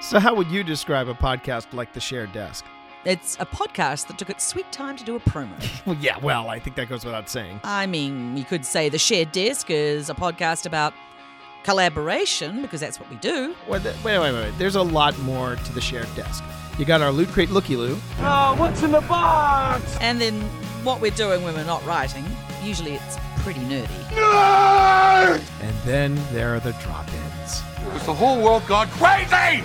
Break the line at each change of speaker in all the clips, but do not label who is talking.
So, how would you describe a podcast like The Shared Desk?
It's a podcast that took its sweet time to do a promo.
Well, yeah, well, I think that goes without saying.
I mean, you could say The Shared Desk is a podcast about collaboration because that's what we do.
Well, th- wait, wait, wait, wait. There's a lot more to The Shared Desk. You got our Loot Crate Looky Loo.
Uh,
Oh, what's in the box?
And then what we're doing when we're not writing, usually it's pretty nerdy.
Nerd!
And then there are the drop ins.
It's the whole world gone crazy!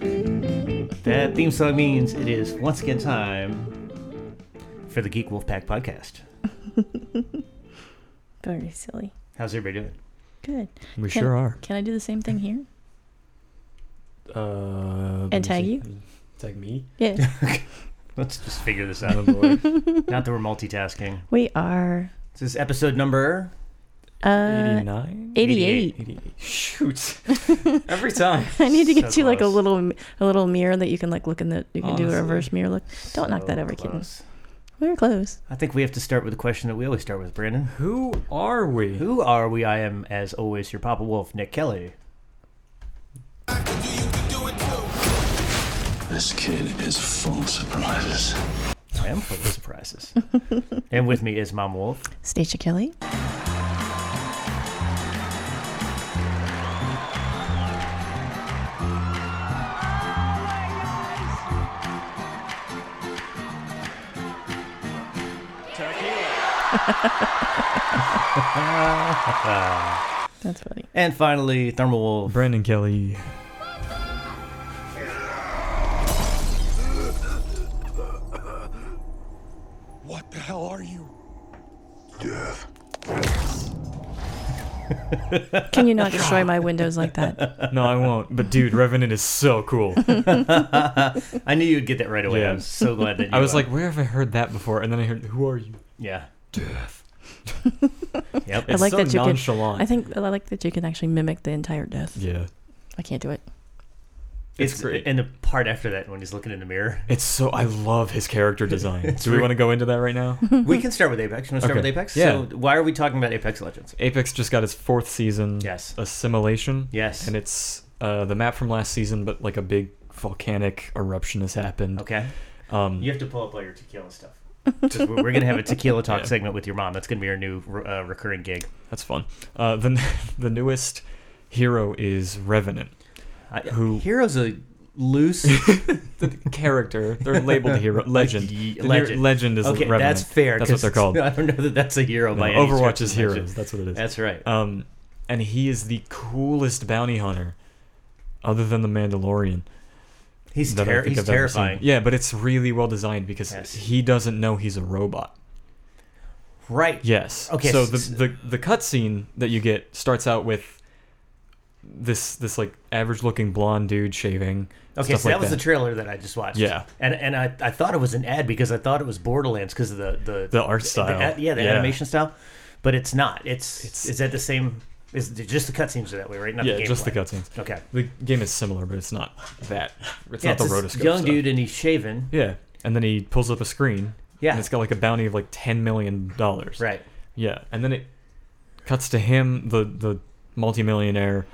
That theme song means it is once again time for the Geek Wolf Pack podcast.
Very silly.
How's everybody doing?
Good.
We
Can-
sure are.
Can I do the same thing here?
Uh,
And
let me
tag
see.
you?
Tag me?
Yeah,
Let's just figure this
Oh,
out.
Lord.
Not that we're multitasking.
we are.
This is episode number.
Uh,
89?
88.
88. Shoot. Every time.
I need to get
So
you like a
close.
little a little mirror that you can like look in the you can do a
Honestly,
reverse mirror look. Don't knock
So
that over, kitten.
close.
We were close.
I think we have to start with a question that we always start with, Brandon.
Who are we?
Who are we? I am, as always, your Papa Wolf, Nick Kelly.
This kid is full of surprises.
I am full of surprises. and with me is Mom Wolf.
Stacia Kelly. That's funny.
And finally, Thermal Wolf.
Brandon Kelly.
What the hell are you? Death.
Can you not destroy my windows like that?
No, I won't. But dude, Revenant is so cool.
I knew you'd get that right away.
Yeah.
I'm so glad that you
I was
uh,
like, where have I heard that before? And then I heard, who are you?
yeah. yep.
I like
so
that you could-
nonchalant.
I think I like that you can actually mimic the entire death.
Yeah.
I can't do it.
It's,
It's great.
And the part after that, when he's looking in the mirror,
It's so. I love his character design. do we
re-
want to go into that right now?
we can start with Apex. You want to start
Okay.
with Apex?
Yeah.
So why are we talking about Apex Legends?
Apex just got its fourth season.
Yes.
Assimilation.
Yes.
And it's uh, the map from last season, but like a big volcanic eruption has happened.
Okay.
Um,
You have to pull up all your tequila stuff. 'Cause we're we're gonna have a tequila talk
Yeah.
segment with your mom. That's gonna be our new uh, recurring gig.
That's fun. Uh, the the newest hero is Revenant.
I,
Who-
Hero's a loose
The character they're labeled hero legend.
Ye-
The near-
legend.
legend is
okay,
Revenant.
that's fair.
That's what
'cause
they're called.
I don't know that that's a hero
No,
by any
Overwatch
stretch
is
of the
heroes.
legend.
That's what it is.
That's right.
um, and he is the coolest bounty hunter, other than the Mandalorian.
he's
that I
ter-
think
he's
I've ever seen.
terrifying.
Yeah, but it's really well designed because
Yes.
he doesn't know he's a robot.
Right.
Yes.
Okay,
So
s-
the
s-
the the cutscene that you get starts out with this this like average looking blonde dude shaving.
Okay,
stuff
so
like
that was the trailer that I just watched.
Yeah.
and and I, I thought it was an ad because I thought it was Borderlands because of the the
The art style.
ad- yeah, the
Yeah.
animation style, but it's not. It's,
It's-
is that the same? Is it just the cutscenes are that way, right? Not
yeah,
the
just the
gameplay.
cutscenes.
Okay,
The game is similar, but it's not that. It's
yeah,
not the
it's this
rotoscope.
young
stuff.
dude and he's shaven.
Yeah, and then he pulls up a screen.
Yeah.
and it's got like a bounty of like ten million dollars.
Right.
Yeah, and then it cuts to him, the the multimillionaire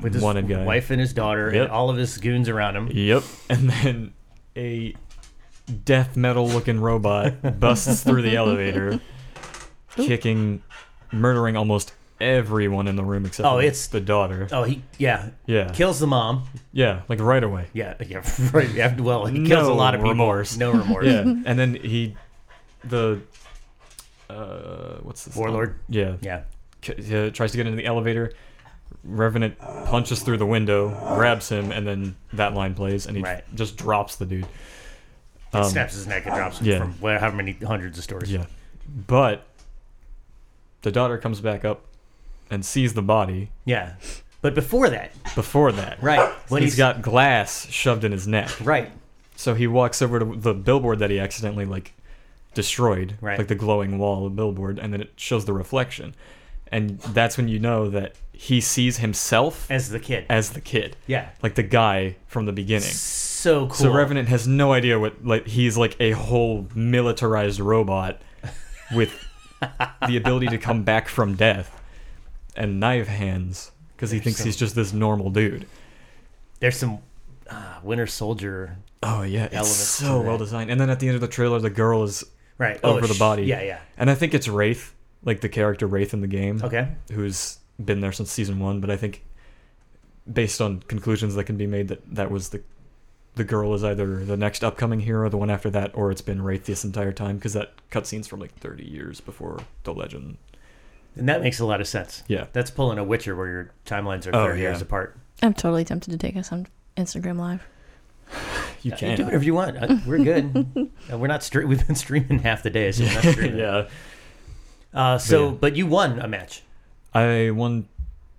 With his
wanted guy.
wife and his daughter
Yep.
and all of his goons around him.
Yep, and then a death metal looking robot busts through the elevator, kicking, murdering almost everyone in the room except
Oh,
for
it's-
the daughter.
Oh, he yeah
yeah,
kills the mom.
yeah, like right away.
Yeah, yeah. Right. yeah, Well, he kills
No
a lot of people.
remorse.
No remorse.
yeah and then he the uh, what's this?
Warlord.
Yeah.
Yeah.
C- uh, tries to get into the elevator. Revenant punches through the window, grabs him, and then that line plays, and he
Right.
just drops the dude.
It snaps his neck and drops him
Um, yeah.
from where- however many hundreds of stories.
Yeah. But the daughter comes back up and sees the body
Yeah. But before that,
before that.
right, when
he's got glass shoved in his neck.
right,
So he walks over to the billboard that he accidentally like destroyed,
Right.
like the glowing wall of billboard, and then it shows the reflection, and that's when you know that he sees himself as,
as the kid.
the kid,
yeah.
like the guy from the beginning.
So cool.
So Revenant has no idea what like he's like a whole militarized robot with the ability to come back from death and knife hands because he thinks he's just this normal dude.
There's some uh, Winter Soldier.
Oh yeah, it's
Elements
so
to
well
that.
designed. And then at the end of the trailer, the girl is
Right. oh,
over the
sh-
body.
Yeah, yeah.
And I think it's Wraith, like the character Wraith in the game.
Okay.
Who's been there since season one, but I think based on conclusions that can be made that that was the the girl is either the next upcoming hero, the one after that, or it's been Wraith this entire time because that cutscene's from like 30 years before the legend.
And that makes a lot of sense.
Yeah.
That's pulling a Witcher where your timelines are
Oh,
30 years
yeah.
apart. Uh,
I'm totally tempted to take us on Instagram Live.
You
You
can.
do whatever you want. Uh, We're good. Uh, we're not stre- We've been streaming half the day, so we're not streaming.
yeah.
Uh, so,
Yeah.
but you won a match.
I won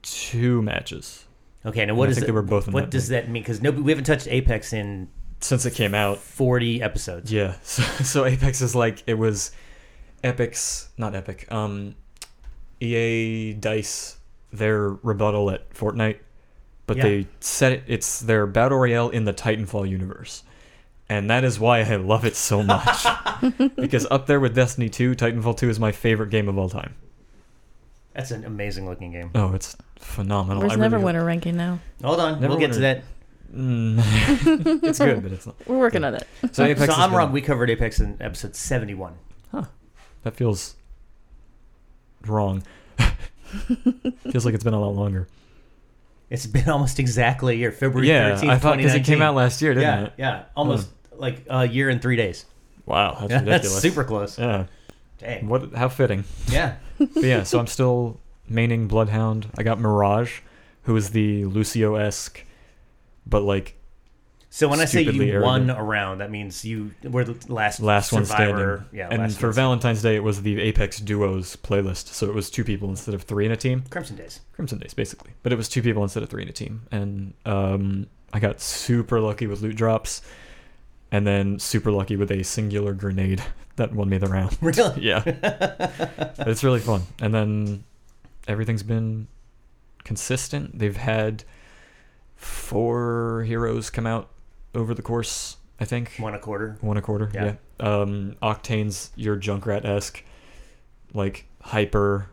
two matches
Okay. Now, what
I
is
think
it-
they were both in
What
that
does that mean? Because we haven't touched Apex in
since it came out.
40 episodes.
Yeah. So, so Apex is like it was Epic's not Epic. Um EA Dice their rebuttal at Fortnite, but
Yeah.
they set it it's their battle royale in the Titanfall universe. And that is why I love it so much. because up there with Destiny 2, Titanfall 2 is my favorite game of all time.
That's an amazing looking game.
Oh, it's phenomenal.
Where's
I really-
Neverwinter ranking now?
Hold on. we'll get to that.
Mm. it's good, but it's not.
We're working on it.
So Apex
so
has
I'm
been-
wrong. We covered Apex in episode 71.
That feels wrong. feels like it's been a lot longer.
It's been almost exactly a year, February
yeah,
13th,
I thought because
2019.
it came out last year, didn't
Yeah,
it?
yeah. Almost like a year and three days.
Wow, that's
Yeah, that's
ridiculous.
super close.
Yeah.
Dang.
What? How fitting.
Yeah.
But yeah. So I'm still maining Bloodhound. I got Mirage, who is the Lucio-esque, but like
So when I say you
Stupidly
won
arrogant.
a round, that means you were the last
last one
survivor.
standing.
Yeah,
and
last
for
one.
Valentine's Day, it was the Apex Duos playlist, so it was two people instead of three in a team.
Crimson Days.
Crimson Days, basically. But it was two people instead of three in a team. And um, I got super lucky with loot drops, and then super lucky with a singular grenade that won me the round.
Really?
yeah. it's really fun. And then everything's been consistent. They've had four heroes come out over the course, I think.
One a quarter.
One a quarter,
Yeah.
yeah. Um, Octane's your Junkrat esque, like hyper,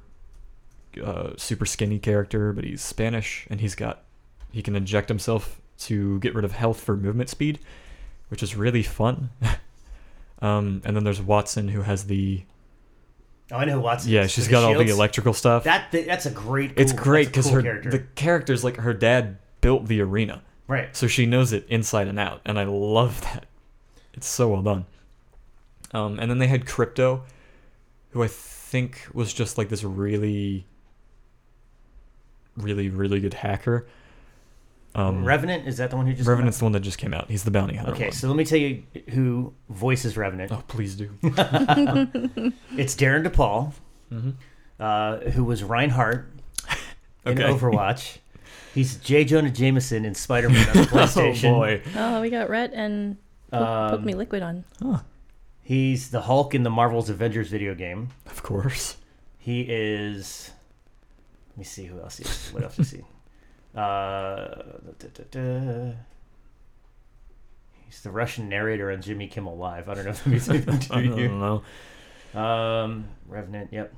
uh, super skinny character, but he's Spanish and he's got he can inject himself to get rid of health for movement speed, which is really fun. um, and then there's Watson who has the
Oh, I know who Watson.
yeah
is.
she's
With
got all the
shields.
electrical stuff.
That thi- that's a great.
it's
cool-
great
that's a
because
cool
her
character.
the character's like her dad built the arena,
right.
so she knows it inside and out, and I love that. It's so well done. Um, and then they had Crypto, who I think was just like this really, really, really good hacker. Um,
Revenant is that the one who just came out?
Revenant's the one that just came out. He's the bounty hunter.
Okay,
one.
so let me tell you who voices Revenant.
oh, please do.
It's Darren DePaul,
Mm-hmm.
uh, who was Reinhardt in
Okay.
Overwatch. He's J. Jonah Jameson in Spider Man on the
oh
PlayStation.
boy.
Oh, we got Rhett and Poke, Poke
Um,
Me Liquid on.
He's the Hulk in the Marvel's Avengers video game.
Of course.
He is. Let me see who else he is. What else is he? Uh, da, da, da. He's the Russian narrator on Jimmy Kimmel Live. I don't know if that means anything
I
to
don't
you.
know.
Um, Revenant, yep.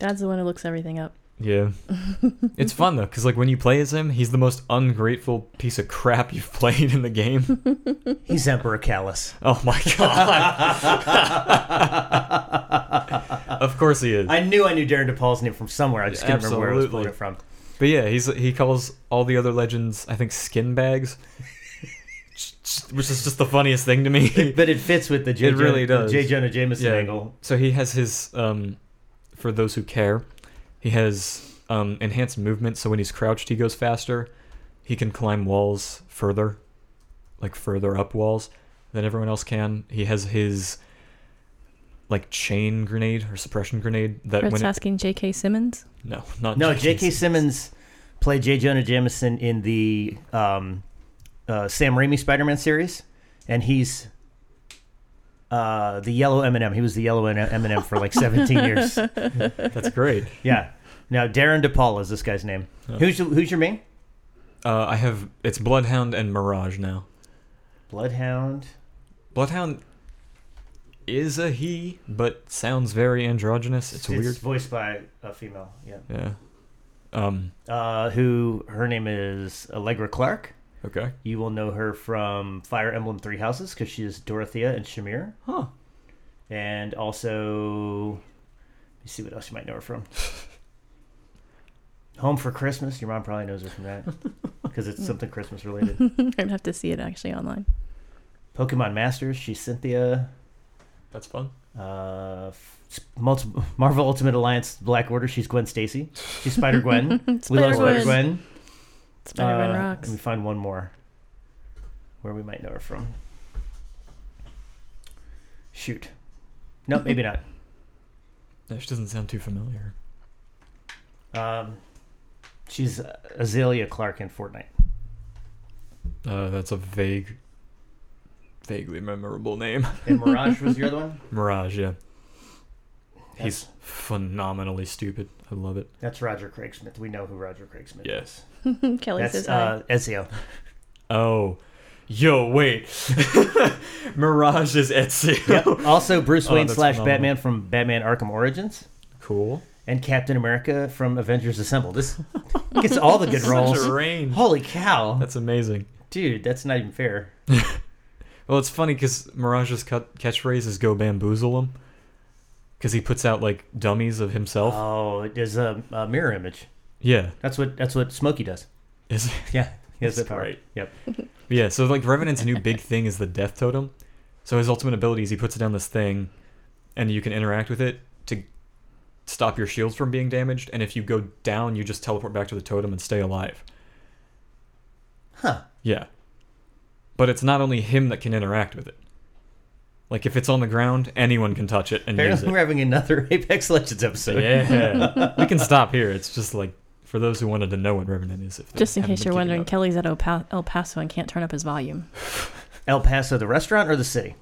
Dad's the one who looks everything up.
Yeah. it's fun though, because like when you play as him, he's the most ungrateful piece of crap you've played in the game.
He's Emperor Callus.
Oh my god. of course he is.
I knew I knew Darren DePaul's name from somewhere. I just couldn't remember where I was pulling
Absolutely.
it from.
But yeah, he's he calls all the other legends I think skin bags. J- j- which is just the funniest thing to me.
but it fits with the J.
It really
Jonah,
does.
J. Jonah Jameson
Yeah.
angle.
So he has his um, for those who care, he has um enhanced movement. So when he's crouched, he goes faster. He can climb walls further, like further up walls than everyone else can. He has his like chain grenade or suppression grenade that
Brett's
when it,
asking J.K. Simmons.
no not
No,
J.K.
J.K. Simmons played J. Jonah Jameson in the um, uh, Sam Raimi Spider-Man series, and he's uh, the yellow M&M. He was the yellow M&M for like 17 years.
That's great.
Yeah. Now Darren DePaul is this guy's name. Who's your- who's your main?
Uh, I have it's Bloodhound and Mirage now.
Bloodhound.
Bloodhound is a he, but sounds very androgynous. It's, weird.
voiced by a female. Yeah.
Yeah. Um.
Uh, who her name is Allegra Clark.
Okay.
You will know her from Fire Emblem Three Houses because she is Dorothea and Shamir.
Huh.
and also let me see what else you might know her from. Home for Christmas. Your mom probably knows her from that because it's something Christmas related.
I'd have to see it actually online.
Pokemon Masters. She's Cynthia.
That's fun.
Uh, f- multi- Marvel Ultimate Alliance Black Order. She's Gwen Stacy. She's Spider Gwen. we love Spider
Spider-Gwen.
Gwen.
Spider-Man
Uh,
rocks.
Let me find one more where we might know her from. Shoot. No, maybe not.
That just doesn't sound too familiar.
Um, she's uh, Azalea Clark in Fortnite.
Uh, that's a vague, vaguely memorable name.
And Mirage was your other one?
Mirage. Yeah. He's
That's-
phenomenally stupid. I love it.
That's Roger Craig Smith. We know who Roger Craig Smith
Yes.
Kelly
is.
says
That's
hi.
uh, Ezio.
Oh. Yo, wait. Mirage is Etsy.
Yep. Also, Bruce
Oh,
Wayne
that's
slash
phenomenal.
Batman from Batman Arkham Origins
Cool.
and Captain America from Avengers Assemble. This gets all the good roles.
Such a range.
Holy cow.
That's amazing.
Dude, that's not even fair.
Well, it's funny because Mirage's cut- catchphrase is "Go bamboozle him," because he puts out like dummies of himself.
Oh, it is a, a mirror image.
yeah,
That's what that's what Smokey does.
is
Yeah. He has that
That's
power.
great.
Yep.
yeah. So like Revenant's new big thing is the death totem. So his ultimate ability is he puts down this thing, and you can interact with it to stop your shields from being damaged. And if you go down, you just teleport back to the totem and stay alive.
Huh.
Yeah. But it's not only him that can interact with it. Like if it's on the ground, anyone can touch it and use
Apparently,
it.
we're having another Apex Legends episode.
Yeah. we can stop here. It's just like for those who wanted to know what Revenant is. If they
Just in
haven't
case you're
been keeping
wondering,
up.
Kelly's at El Pa- El Paso and can't turn up his volume.
El Paso, the restaurant or the city?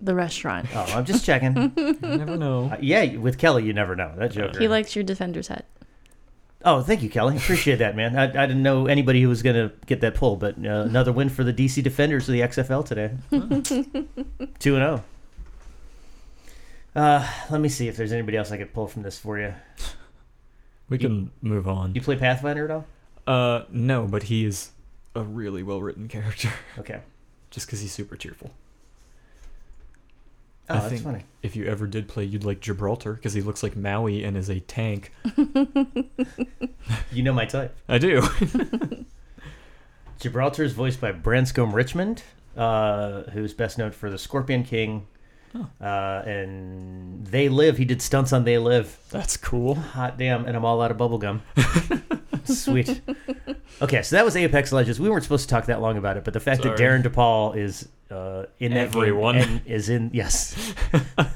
The restaurant.
Oh, I'm just checking. Uh,
you never know.
yeah, with Kelly, you never know. That joke.
He likes your defender's hat.
Oh, thank you, Kelly. Appreciate that, man. I, I didn't know anybody who was going to get that pull, but uh, another win for the DC Defenders of the XFL today. 2 and 0. Uh, let me see if there's anybody else I could pull from this for you.
We can move on.
You play Pathfinder at all?
Uh, no, but he is a really well written character.
Okay.
Just because he's super cheerful.
Oh,
I
that's
think
funny.
If you ever did play, you'd like Gibraltar because he looks like Maui and is a tank.
You know my type.
I do.
Gibraltar is voiced by Branscombe Richmond, uh, who's best known for The Scorpion King.
Oh.
Uh, and They Live. He did stunts on They Live.
That's cool.
Hot damn, and I'm all out of bubblegum. Sweet. Okay, so that was Apex Legends. We weren't supposed to talk that long about it, but the fact that
Sorry.
Darren DePaul is uh, in that game
Everyone.
and is in yes,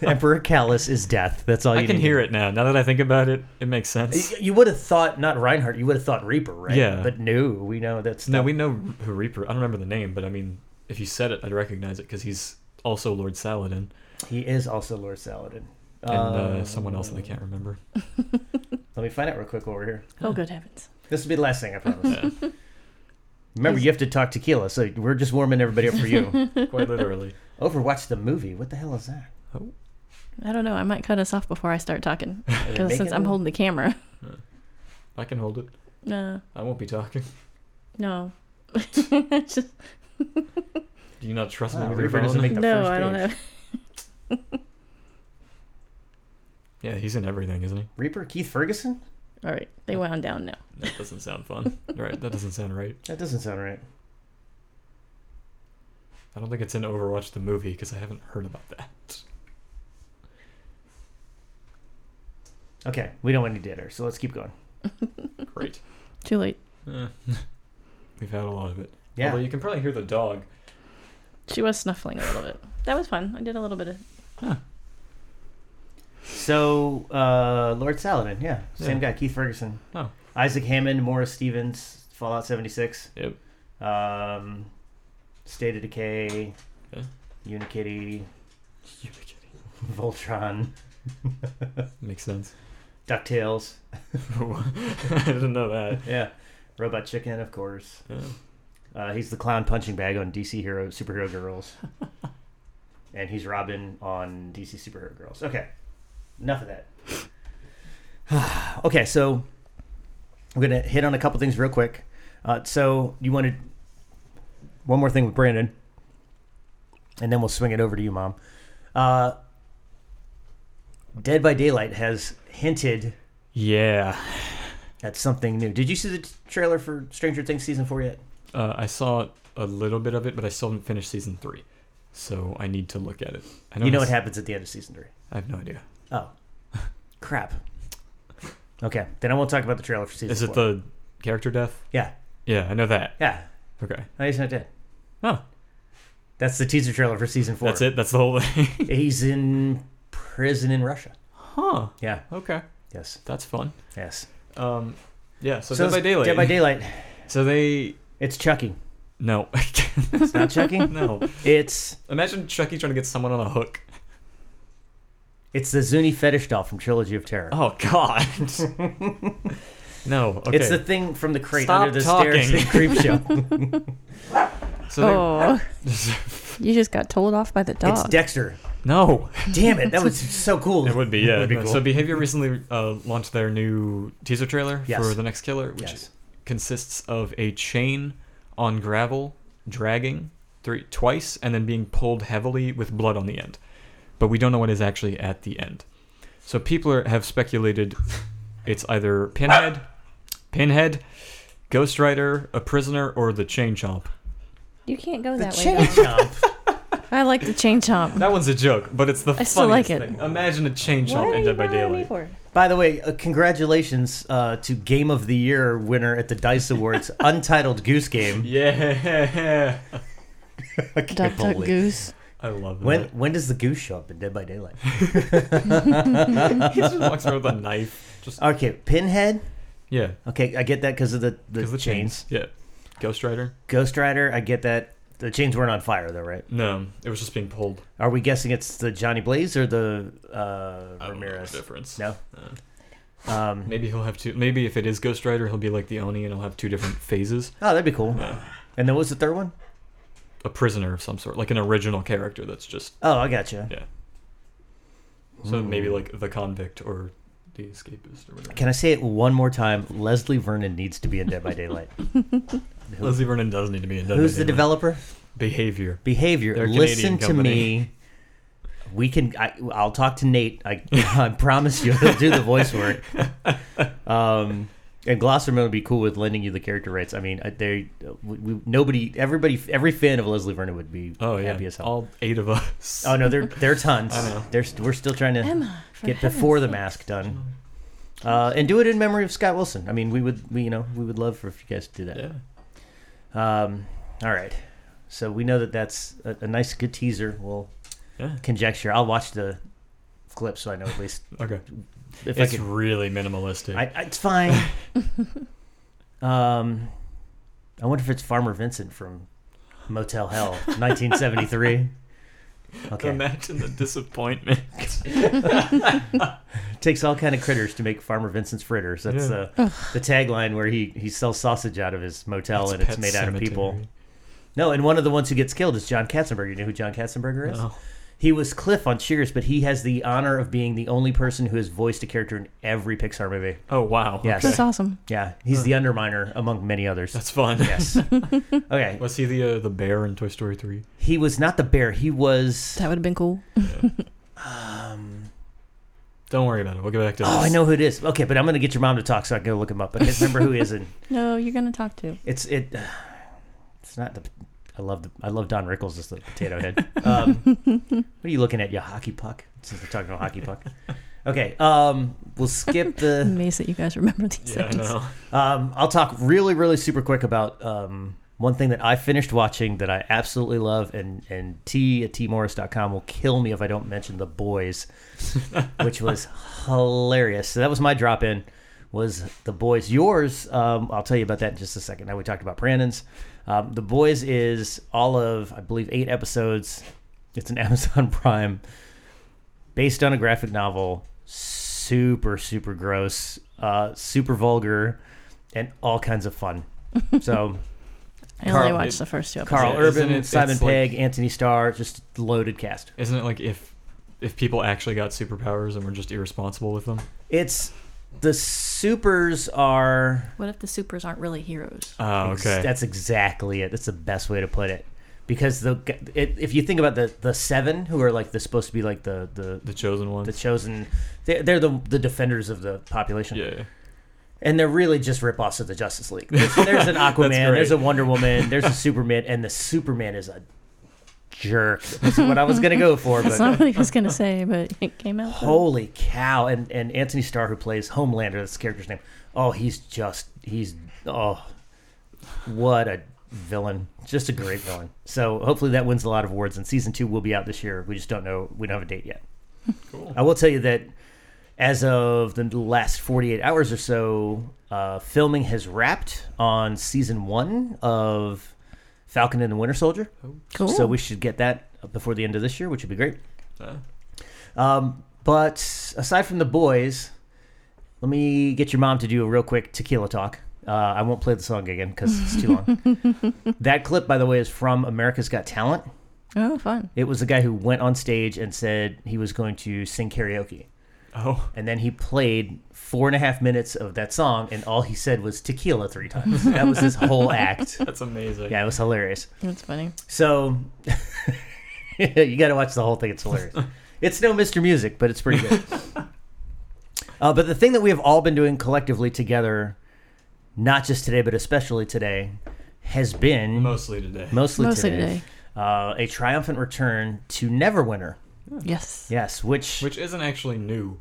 Emperor Callus is death. That's all you
I can
need.
hear it now. Now that I think about it, it makes sense.
You- You would have thought not Reinhardt. You would have thought Reaper, right?
Yeah.
But no, we know that's
No,
not-
we know who Reaper. I don't remember the name, but I mean, if you said it, I'd recognize it because he's also Lord Saladin
he is also Lord Saladin. Um,
and uh, someone else that I can't remember.
Let me find out real quick while we're here.
Oh, good heavens.
This will be the last thing I promise. Remember, you have to talk tequila, so we're just warming everybody up for you.
Quite literally.
Overwatch the movie. What the hell is that?
I don't know. I might cut us off before I start talking. Because
Make
since
it
I'm
a-
holding the camera.
I can hold it.
No.
I won't be talking.
No. Just,
Do you not trust
Wow,
me with your
Reaper doesn't
phone?
make the
no,
first
I don't
page.
have.
Yeah, he's in everything, isn't he?
Reaper? Keith Ferguson?
All right. They wound down now.
That doesn't sound fun. right, that doesn't sound right.
That doesn't sound right.
I don't think it's in Overwatch the movie because I haven't heard about that.
Okay, we don't want any dead air, so let's keep going.
Great.
Too late.
Eh, We've had a lot of it.
Yeah.
Although you can probably hear the dog.
She was snuffling a little bit. That was fun. I did a little bit of.
So uh, Lord Saladin, yeah, same
Yeah.
guy, Keith Ferguson,
Oh.
Isaac Hammond, Morris Stevens, Fallout seventy six,
Yep.
um, State of Decay,
Yeah.
Unikitty,
You were kidding.
Voltron,
Makes sense.
Ducktales,
I didn't know that.
yeah, Robot Chicken, of course.
Yeah.
Uh, he's the clown punching bag on DC Hero Superhero Girls, and he's Robin on DC Superhero Girls. Okay, enough of that. okay, so I'm gonna hit on a couple things real quick. Uh, so you wanted one more thing with Brandon, and then we'll swing it over to you, Mom. Uh, Dead by Daylight has hinted
Yeah.
at something new. Did you see the t- trailer for Stranger Things season four yet?
Uh, I saw a little bit of it, but I still haven't finished season three, so I need to look at it. I
You know what
it's-
happens at the end of season three.
I have no idea.
Oh, crap. Okay, then I won't talk about the trailer for season.
Is it
four.
the character death?
yeah,
Yeah, I know that.
yeah?
Okay.
No, he's not dead.
Oh,
That's the teaser trailer for season four.
that's it. That's the whole thing.
He's in prison in Russia.
huh.
Yeah.
Okay.
Yes.
That's fun.
Yes.
Um. Yeah. So, Dead
it's
by Daylight.
Dead by Daylight.
So they.
It's Chucky.
No.
It's not Chucky.
no.
It's
Imagine Chucky trying to get someone on a hook.
it's the Zuni fetish doll from Trilogy of Terror.
Oh God. no. Okay.
It's the thing from the crate
Stop
under the stairs
talking.
in creep show.
so they-
Oh, you just got told off by the
it's
dog.
Dexter.
no.
Damn it, that was so cool.
It would be, yeah.
would be
No,
cool.
So Behavior recently uh, launched their new teaser trailer
Yes.
for The Next Killer, which
Yes.
consists of a chain on gravel dragging three twice and then being pulled heavily with blood on the end. But we don't know what is actually at the end. So people are, have speculated it's either Pinhead, Pinhead, Ghost Rider, a prisoner, or the Chain Chomp.
you can't go that way.
Chain chomp.
though. I like the chain chomp.
That one's a joke, but it's the
I
funniest
still like it.
thing. Imagine a Chain Chomp in Dead by Daylight.
By the way, uh, congratulations uh, to Game of the Year winner at the Dice Awards, Untitled Goose Game.
Yeah.
I can't
Duck, duck,
believe-
goose.
I love that.
When when does the goose show up in Dead by Daylight?
he just walks around with a knife. Just
Okay, Pinhead.
yeah,
Okay, I get that because of the, the,
'cause the
chains.
chains. Yeah, Ghost Rider.
Ghost Rider, I get that. The chains weren't on fire though, right?
No, it was just being pulled.
Are we guessing it's the Johnny Blaze or the uh,
I don't know the
Ramirez?
difference. Uh,
No. Um,
Maybe he'll have two. Maybe if it is Ghost Rider, he'll be like the Oni and he'll have two different phases.
Oh, that'd be cool. And then what's the third one?
A prisoner of some sort, like an original character that's just
Oh, I gotcha.
yeah. So maybe like the convict or the escapist or whatever.
Can I say it one more time? Leslie Vernon needs to be in Dead by Daylight.
Leslie Vernon does need to be in.
Who's the developer?
Behavior.
behavior.
They're a
Listen
Canadian
to
company.
me. We can. I, I'll talk to Nate. I, I promise you, he'll do the voice work. Um, and Glosserman would be cool with lending you the character rights. I mean, I- they we, we, nobody, everybody, every fan of Leslie Vernon would be
Oh yeah,
happy as hell.
all eight of us.
oh no, there there are tons.
I know.
There's we're still trying to
Emma, for
get
heaven's
before the
sake.
mask done. Uh, and do it in memory of Scott Wilson. I mean, we would, we you know, we would love for if you guys to do that.
Yeah.
Um, all right. So we know that that's a, a nice, good teaser. We'll
Yeah.
conjecture. I'll watch the clip so I know at least
Okay.
if
it's
I can.
really minimalistic.
I, I- it's fine. um, I wonder if it's Farmer Vincent from Motel Hell, 1973. Okay.
Imagine the disappointment.
takes all kind of critters to make Farmer Vincent's fritters. That's
Yeah.
uh, the tagline where he, he sells sausage out of his motel and it's
Pet
made out of people.
Sematary.
No, and one of the ones who gets killed is John Katzenberger. You know who John Katzenberger is?
No.
He was Cliff on Cheers, but he has the honor of being the only person who has voiced a character in every Pixar movie.
Oh wow.
Yes.
That's awesome.
Yeah, he's the Underminer among many others.
That's fun.
yes. okay,
Was he the uh, the bear in Toy Story three?
he was not the bear. He was.
That would have been cool.
Don't worry about it. We'll get back to this.
Oh, I know who it is. Okay, but I'm gonna get your mom to talk, so I can go look him up. I can't remember who he is, and
No, you're gonna talk to.
it's it. It's not the. I love the, I love Don Rickles as the potato head. Um, what are you looking at, you hockey puck? Since we're talking about hockey puck, okay. Um, we'll skip the.
Amazed that you guys remember these
Yeah, I
things.
know.
Um, I'll talk really, really super quick about um, one thing that I finished watching that I absolutely love, and and T at tmorris.com will kill me if I don't mention The Boys, which was hilarious. So that was my drop in, was The Boys. Yours, um, I'll tell you about that in just a second. Now we talked about Brandon's. Um, the Boys is all of I believe eight episodes. It's an Amazon Prime based on a graphic novel, super super gross, uh, super vulgar, and all kinds of fun. So
I only
Carl-
watched the first two episodes.
Carl
Isn't it-
Urban,
it's
Simon
like-
Pegg, Anthony Starr, just loaded cast.
Isn't it like if if people actually got superpowers and were just irresponsible with them?
It's the supers are.
What if the supers aren't really heroes?
Oh, okay.
That's exactly it. That's the best way to put it. Because the it, if you think about the the seven who are like the supposed to be like the the
the chosen ones.
the chosen, they're, they're the the defenders of the population.
yeah.
and they're really just ripoffs of the Justice League. There's, there's an Aquaman,
great.
there's a Wonder Woman, there's a Superman, and the Superman is a jerk. That's what I was gonna go for,
That's not
but
what he was gonna say, but it came out. though.
holy cow! And and Anthony Starr, who plays Homelander, that's the character's name. Oh, he's just he's oh, what a villain! Just a great villain. So hopefully that wins a lot of awards. And season two will be out this year. We just don't know. We don't have a date yet.
Cool.
I will tell you that as of the last 48 hours or so, uh, filming has wrapped on season one of Falcon and the Winter Soldier.
Cool.
So we should get that before the end of this year, which would be great.
Uh,
Um, but aside from the boys, let me get your mom to do a real quick tequila talk. Uh, I won't play the song again because it's too long. that clip, by the way, is from America's Got Talent.
oh, fun.
It was the guy who went on stage and said he was going to sing karaoke
oh,
and then he played four and a half minutes of that song, and all he said was tequila three times. That was his whole act.
that's amazing.
Yeah, it was hilarious.
That's funny.
So you got to watch the whole thing. It's hilarious. It's no Mr. Music, but it's pretty good. uh, but the thing that we have all been doing collectively together, not just today, but especially today, has been
Mostly today.
mostly,
Mostly
today,
today.
Uh, a triumphant return to Neverwinter.
Yes.
Yes, which,
Which isn't actually new.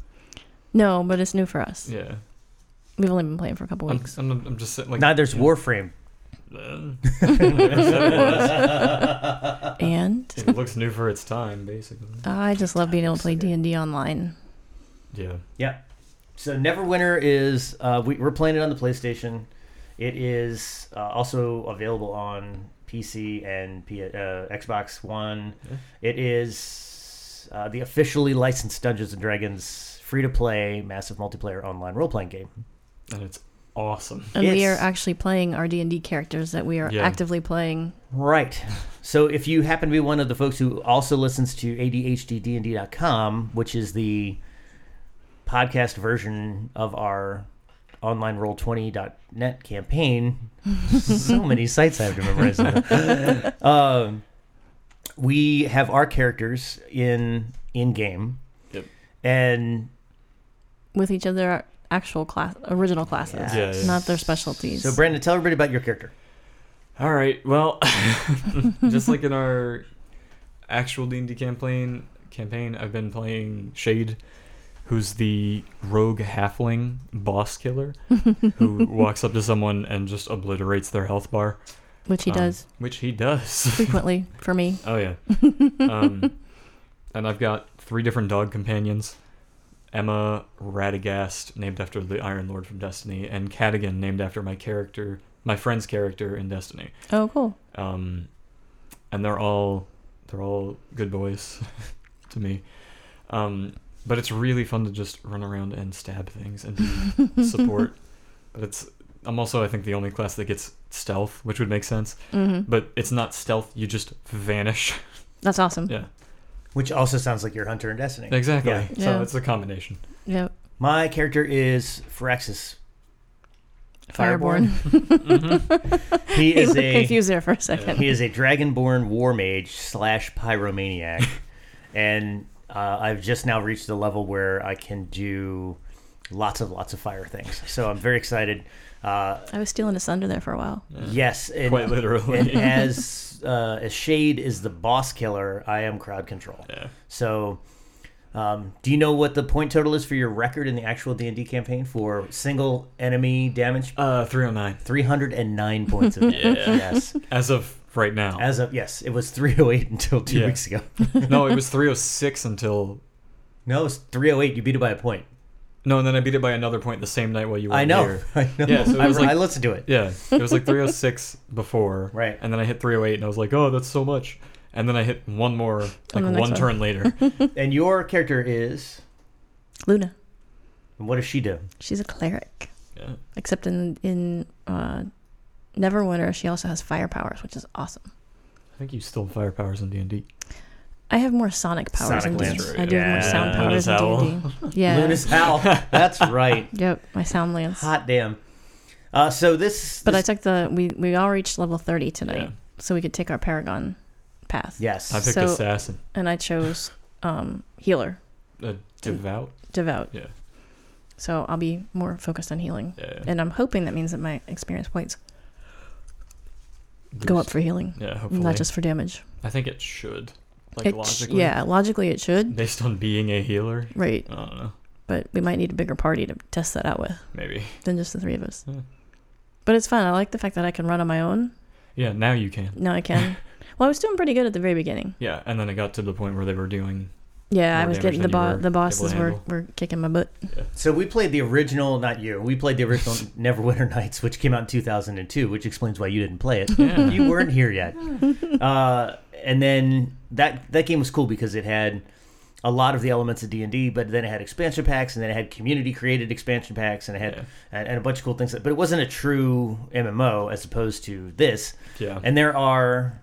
No, but it's new for us.
Yeah.
We've only been playing for a couple
I'm,
weeks.
I'm, I'm just sitting like.
neither's Warframe.
Uh,
and
it looks new for its time, basically.
I just love being able to play D and D online.
Yeah.
Yeah. So Neverwinter is uh, we, we're playing it on the PlayStation. It is uh, also available on PC and P- uh, Xbox One. It is uh, the officially licensed Dungeons and Dragons free to play massive multiplayer online role playing game.
And it's awesome.
And we are
It's-
actually playing our D and D characters that we are
Yeah.
actively playing.
Right. So if you happen to be one of the folks who also listens to ADHDDND.com, which is the podcast version of our online roll20.net campaign, so many sites I have to memorize. now. um, we have our characters in in game.
Yep.
And
with each of their actual class original classes,
Yeah, yeah.
not their specialties.
so Brandon, tell everybody about your character.
All right. Well, just like in our actual D and D campaign, campaign, I've been playing Shade, who's the rogue halfling boss killer, who walks up to someone and just obliterates their health bar,
which he
um,
does
which he does.
frequently for me.
oh yeah. Um, and I've got three different dog companions. Emma Radagast, named after the Iron Lord from Destiny, and Cadigan, named after my character, my friend's character in Destiny
Oh, cool.
um, and they're all they're all good boys to me. Um, but it's really fun to just run around and stab things and be support. But it's I'm also I think the only class that gets stealth, which would make sense. But it's not stealth; you just vanish.
That's awesome.
yeah,
Which also sounds like your hunter in Destiny.
exactly.
Yeah.
So
Yeah.
it's a combination.
Yeah.
My character is Phyrexis.
Fireborn.
Mm-hmm. He
He
is
looked
a
confused there for a second.
He is a dragonborn war mage slash pyromaniac, and uh, I've just now reached the level where I can do lots of lots of fire things. So I'm very excited. Uh,
I was stealing his thunder there for a while.
yes, and,
Quite
and
literally.
as uh, as Shade is the boss killer, I am crowd control.
Yeah.
So, um, do you know what the point total is for your record in the actual D and D campaign for single enemy damage?
Uh, 309.
Three hundred and nine points of damage. Yes,
As of right now.
as of yes, it was three hundred eight until two
Yeah.
weeks ago.
no, it was 306 until.
no, it was three hundred eight. You beat it by a point.
No, and then I beat it by another point the same night while you were
I know.
here.
I know.
Yeah, so it
I,
was like-
I listened to it.
Yeah, it was like 306 before.
Right.
And then I hit 308, and I was like, oh, that's so much. And then I hit one more, like
the
one,
next one.
turn later.
And your character is.
Luna,
And what does she do?
she's a cleric.
Yeah.
Except in in uh, Neverwinter, she also has fire powers, which is awesome.
I think you still fire powers in D and D.
I have more sonic powers
Sonic
in D&D.
Lancer,
I do have more sound
yeah.
powers in
Luna's
D&D. Yeah.
Luna's Hal. That's right.
Yep, my sound lance.
Hot damn. Uh, so this.
But I
this-
took the we we all reached level thirty tonight,
Yeah.
so we could take our paragon path.
Yes.
I picked
So-
assassin,
And I chose um, healer,
a devout.
devout.
Yeah.
So I'll be more focused on healing,
Yeah.
and I'm hoping that means that my experience points go up for healing,
Yeah, hopefully.
not just for damage.
I think it should. Like
It sh-
logically.
yeah, logically it should.
Based on being a healer.
Right,
I don't know.
but we might need a bigger party to test that out with
Maybe.
than just the three of us.
Yeah.
But it's fun. I like the fact that I can run on my own.
Yeah. Now you can.
Now I can. well, I was doing pretty good at the very beginning.
Yeah. And then it got to the point where they were doing.
Yeah, I
More
was
damage
getting the
than you
bo-
were
the
able
bosses
to
were,
handle. Oh,
were kicking my butt.
So we played the original, not you. We played the original Neverwinter Nights, which came out in 2002, which explains why you didn't play it.
Yeah.
You weren't here yet. Uh, and then that that game was cool because it had a lot of the elements of D and D, but then it had expansion packs, and then it had community created expansion packs, and it had
Yeah.
and, and a bunch of cool things. But it wasn't a true MMO as opposed to this.
Yeah.
And there are,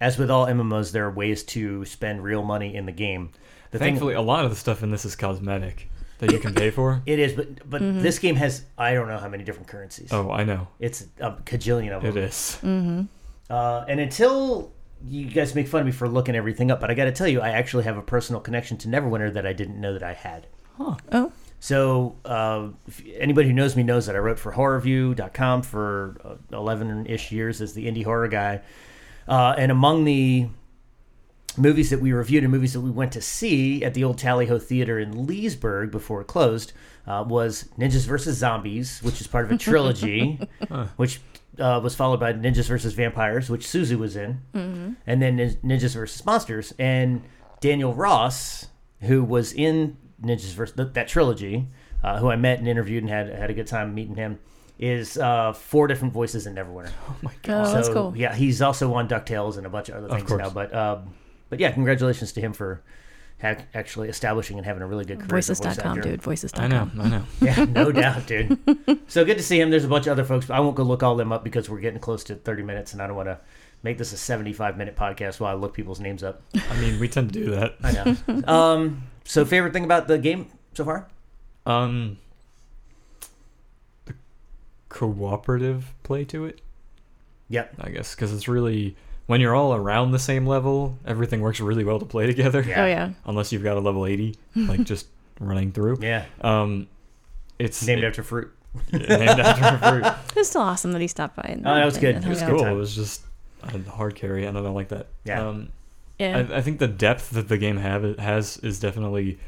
as with all MMOs, there are ways to spend real money in the game. The thing-
Thankfully, a lot of the stuff in this is cosmetic that you can pay for.
it is, but but this game has I don't know how many different currencies.
Oh, I know.
It's a cajillion of
It
them.
is.
Uh, and until you guys make fun of me for looking everything up, but I got to tell you, I actually have a personal connection to Neverwinter that I didn't know that I had.
Oh,
So uh, if anybody who knows me knows that I wrote for HorrorView.com for uh, eleven-ish years as the indie horror guy, uh, and among the movies that we reviewed and movies that we went to see at the old Tally Ho Theater in Leesburg before it closed uh, was Ninjas vs. Zombies, which is part of a trilogy, which uh, was followed by Ninjas vs. Vampires, which Suzu was in,
Mm-hmm.
and then Nin- Ninjas vs. Monsters. And Daniel Ross, who was in Ninjas vs. Th- that trilogy, uh, who I met and interviewed and had, had a good time meeting him, is uh, four different voices in Neverwinter.
oh that's
So,
cool.
Yeah, he's also on Ducktales and a bunch of other things
course.
now. But um, but yeah, congratulations to him for ha- actually establishing and having a really good career. as a voice
Voices.com,
actor.
dude. Voices.com.
I know. I know.
Yeah, no doubt, dude. So good to see him. There's a bunch of other folks. But I won't go look all them up because we're getting close to 30 minutes, and I don't want to make this a 75 minute podcast while I look people's names up.
I mean, we tend to do that.
I know. um, so favorite thing about the game so far?
Um, the cooperative play to it,
Yep.
I guess, because it's really when you're all around the same level, everything works really well to play together.
Oh yeah,
Unless you've got a level eighty, like just running through.
Yeah.
Um, it's
Named after fruit.
yeah, named after a fruit.
it's still awesome that he stopped by. And
Oh, that was
and-
good.
and
It was
hung out.
good.
Cool.
time.
It was just a hard carry, and I don't like that.
Yeah.
Um,
Yeah, Oh,
I, I think the depth that the game have has is definitely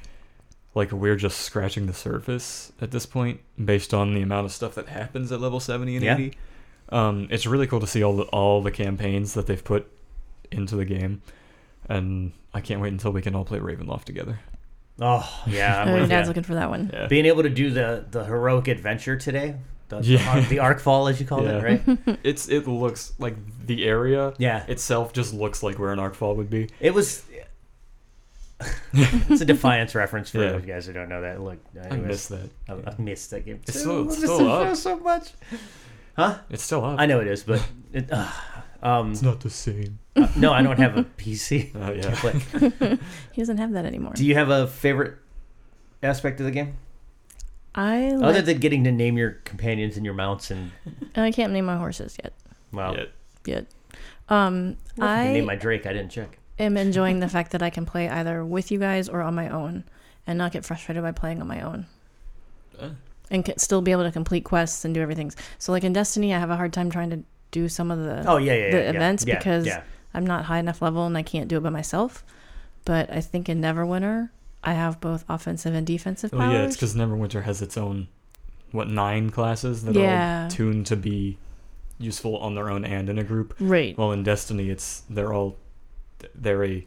like we're just scratching the surface at this point, based on the amount of stuff that happens at level seventy and
Yeah.
eighty. Um, it's really cool to see all the all the campaigns that they've put into the game, and I can't wait until we can all play Ravenloft together.
Oh, yeah. I'm
Oh,
with
your
ya.
dad's looking for that one.
Yeah,
Being able to do the, the heroic adventure today, the,
Yeah.
the, arc, the arc fall, as you call
Yeah.
it, right?
it's it looks like the area
Yeah.
itself just looks like where an Arcfall would be.
It was. it's a defiance reference for
Yeah.
those guys who don't know that. Look,
I
anyways,
missed that.
I, I missed that game.
It's
too.
still-
I
it's
missed
still
it
up.
so much.
It's still up.
I know it is, but it, uh, um,
It's not the same.
no, I don't have a PC.
Oh,
to
yeah.
play.
He doesn't have that anymore.
Do you have a favorite aspect of the game
I like,
other than getting to name your companions and your mounts and
I can't name my horses yet.
well,
Yeah.
Yet, um,
I
I
named my Drake. I didn't check.
am enjoying the fact that I can play either with you guys or on my own, and not get frustrated by playing on my own.
Ah.
and can still be able to complete quests and do everything. So like in Destiny, I have a hard time trying to do some of the
Oh, yeah, yeah,
the
yeah, yeah,
events
yeah,
because
yeah.
I'm not high enough level and I can't do it by myself. But I think in Neverwinter, I have both offensive and defensive
Oh
powers.
yeah, it's because Neverwinter has its own what nine classes that are
Yeah.
all tuned to be useful on their own and in a group.
right.
Well, in Destiny, it's they're all they're a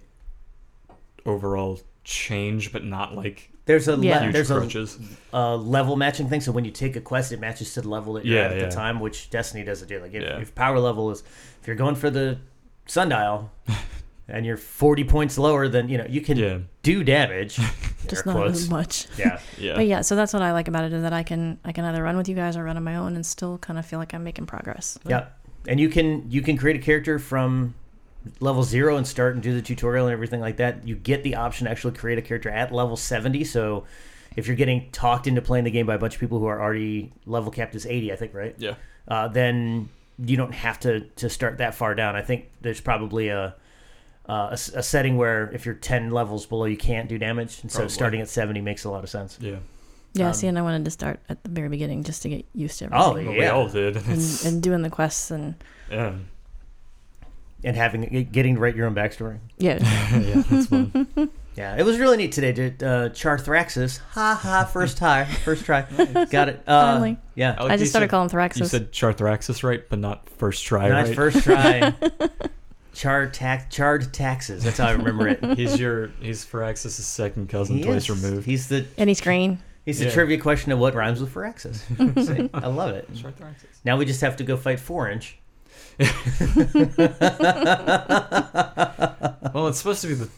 overall change, but not like
There's a le-
Yeah.
huge
there's a,
crutches.
a level matching thing. So when you take a quest, it matches to the level that you're
Yeah,
at at
yeah.
the time, which Destiny doesn't do. Like if,
Yeah.
if power level is, if you're going for the sundial, and you're 40 points lower, then you know you can
Yeah.
do damage.
Just
Air
not
quotes.
as much.
Yeah.
Yeah.
But yeah, so that's what I like about it is that I can I can either run with you guys or run on my own and still kind of feel like I'm making progress.
Yeah, and you can you can create a character from level zero and start and do the tutorial and everything like that. You get the option to actually create a character at level seventy. So if you're getting talked into playing the game by a bunch of people who are already level capped as eighty, I think right.
Yeah.
Uh, then you don't have to to start that far down. I think there's probably a uh, a, s- a setting where if you're 10 levels below you can't do damage and so
Probably.
starting at 70 makes a lot of sense
Yeah.
Yeah, see, and I wanted to start at the very beginning just to get used to
oh
everything.
But we
yeah
all did. It's,
And, and doing the quests and
yeah.
and having getting to write your own backstory
yeah,
yeah, that's fun.
Yeah, it was really neat today. Did uh, Charthraxis? Ha ha! First try, first try. Got it. Uh,
Finally.
Yeah.
like
I
you
just started
said-
calling
You
Thraxus.
said Charthraxis right, but not first try
Nice
right.
first try. Char tax, charred taxes. That's how I remember it.
He's your he's Pharaxis' second cousin,
He is-
twice removed.
He's the
Any screen?
he's
Yeah.
the trivia question of what rhymes with Pharaxis. See? I love it.
Charthraxis.
Now we just have to go fight Four Inch.
Well, it's supposed to be the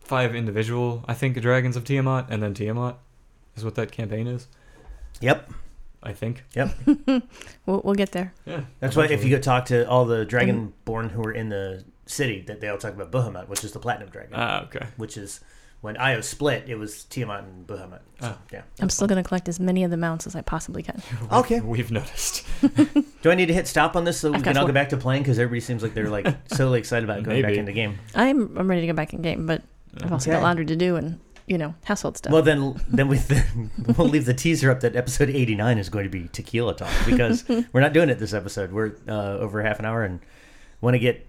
five individual, I think, dragons of Tiamat, and then Tiamat is what that campaign is.
Yep.
I think.
Yep.
We'll, we'll get there.
Yeah.
That's why if you go talk to all the Dragonborn who were in the city, that they all talk about Bahamut, which is the Platinum Dragon,
Ah, okay.
which is when Io split, it was Tiamat and Bahamut. So,
Ah.
yeah.
I'm still going to collect as many of the mounts as I possibly can.
Oh,
Okay.
We've noticed.
Do I need to hit stop on this so we
I've
can
got
all
four.
go back to playing? Because everybody seems like they're like so excited about going back
Maybe.
into game.
I'm I'm ready to go back in game, but I've also
Okay.
got laundry to do and you know household stuff.
Well, then then we then we'll leave the teaser up that episode eighty nine is going to be tequila talk because we're not doing it this episode. We're uh, over half an hour and want to get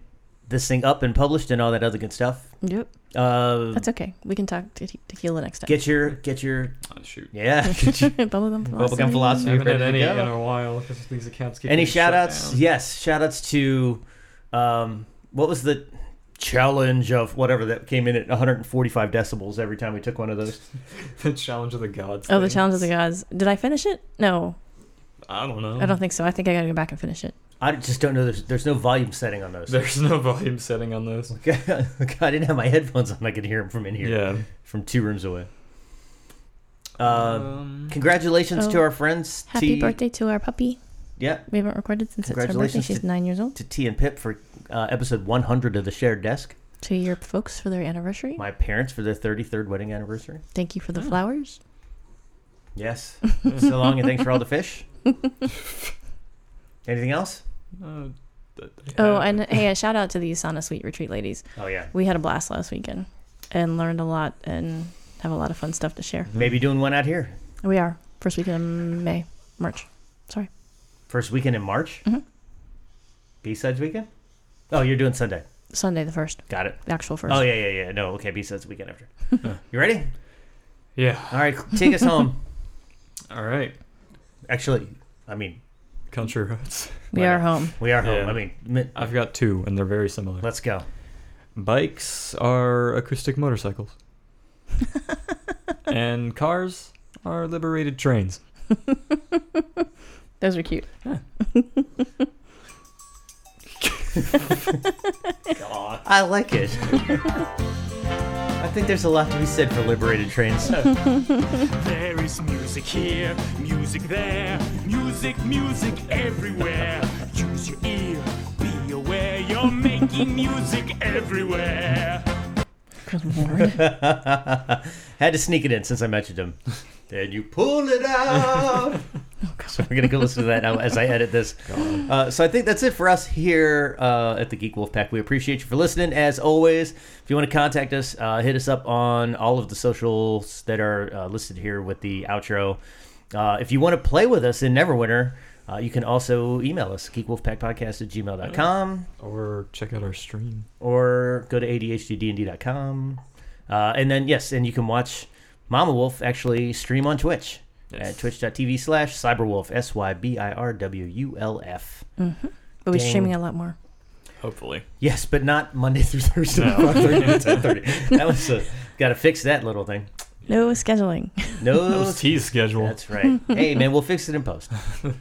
this thing up and published and all that other good stuff.
yep,
Uh,
that's okay. We can talk te- tequila next time.
get your get your
Oh, shoot.
yeah
bubblegum philosophy.
bubblegum philosophy.
I haven't had
ready to
any
go.
in a while because these accounts keep
Any
getting
shout
shut
outs?
down.
Yes, shout outs to um, what was the challenge of whatever that came in at 145 decibels every time we took one of those.
the challenge of the gods.
Oh, the
thing.
challenge of the gods. Did I finish it? No,
I don't know.
I don't think so. I think I got to go back and finish it.
I just don't know. There's, there's no volume setting on those.
There's no volume setting on those.
I didn't have my headphones on. I could hear them from in here,
Yeah.
from two rooms away. Uh,
um,
congratulations to
Oh.
our friends.
Happy
T,
birthday to our puppy.
Yeah,
We haven't recorded since it's her birthday.
Congratulations
She's
to-
nine years old.
to T and Pip for uh, episode 100 of the Shared Desk.
To your folks for their anniversary.
My Oh. parents for their 33rd wedding anniversary.
Thank you for the flowers.
Yes. so long and thanks for all the fish. Anything else?
uh, th-
Oh,
yeah.
and hey, a shout out to the Asana Sweet Retreat ladies.
Oh yeah.
We had a blast last weekend and learned a lot and have a lot of fun stuff to share.
Maybe doing one out here.
We are first weekend in May, March. Sorry.
First weekend in March.
Mm-hmm.
B sides weekend. Oh, you're doing Sunday.
Sunday the first,
Got it.
the actual first.
Oh yeah, yeah, yeah. No, okay. B sides weekend after. you ready?
Yeah.
All right, take us home.
All right.
Actually, I mean,
Country roads.
Oh,
we are home.
we are home.
Yeah.
I mean, mi-
I've got two, and they're very similar.
let's go.
Bikes are acoustic motorcycles. and cars are liberated trains.
Those were cute.
I like it. I think there's a lot to be said for liberated trains.
There is music here, music there, music, music everywhere. Use your ear, be aware, you're making music everywhere.
Good lord.
Had to sneak it in since I mentioned him. Then you pull it out. so we're gonna go listen to that now as I edit this. Uh, so I think that's it for us here uh, at the Geek Wolf Pack. We appreciate you for listening as always. If you want to contact us, uh, hit us up on all of the socials that are uh, listed here with the outro. Uh, if you want to play with us in Neverwinter, uh, you can also email us, geekwolfpackpodcast at gmail.com,
Or check out our stream.
or go to adhddnd.com. Uh, and then, yes, and you can watch Mama Wolf actually stream on Twitch
Yes.
at twitch.tv slash cyberwolf, S Y B I R W U L F.
But we're
Dang.
streaming a lot more.
Hopefully.
Yes, but not Monday through Thursday,
No.
5:30 to 10:30. That was a, got to fix that little thing.
No scheduling.
That
No,
was T's schedule.
that's right. Hey, man, we'll fix it in post.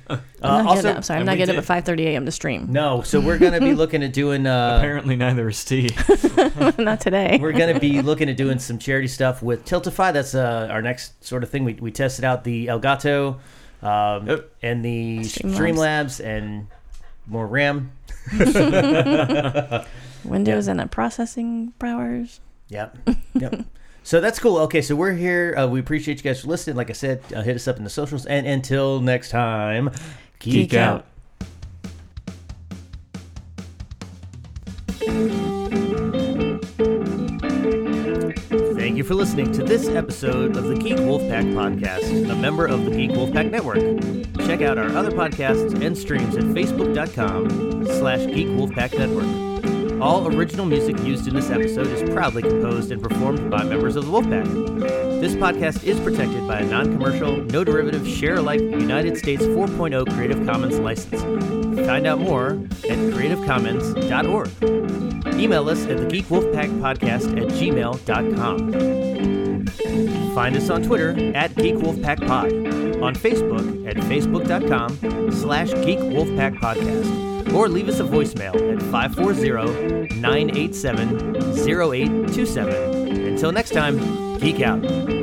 Uh,
I'm not getting
also,
up. I'm sorry, I'm
and
not
we
getting up
did-
at 5:30 a.m. to stream.
no. So we're gonna be looking at doing. Uh,
Apparently neither is T.
not today.
we're gonna be looking at doing some charity stuff with Tiltify. That's uh, our next sort of thing. We we tested out the Elgato, um,
Yep.
and the
Streamlabs.
Streamlabs and more RAM.
Windows and the processing powers.
Yep. Yep. so that's cool. Okay, so we're here. Uh, we appreciate you guys for listening. Like I said, uh, hit us up in the socials. And until next time,
Geek out.
Thank you for listening to this episode of the Geek Wolfpack Podcast, a member of the Geek Wolfpack Network. Check out our other podcasts and streams at facebook.com slash Geek Wolfpack Network. All original music used in this episode is proudly composed and performed by members of the Wolfpack. This podcast is protected by a non-commercial, no derivative, share-alike United States 4.0 Creative Commons license. Find out more at creativecommons.org. Email us at the Geek Wolfpack Podcast at gmail.com. Find us on Twitter at Geek Wolfpack Pod, on Facebook at facebook.com slash Geek Wolfpack Podcast, or leave us a voicemail at 540 987 0827. Until next time, geek out.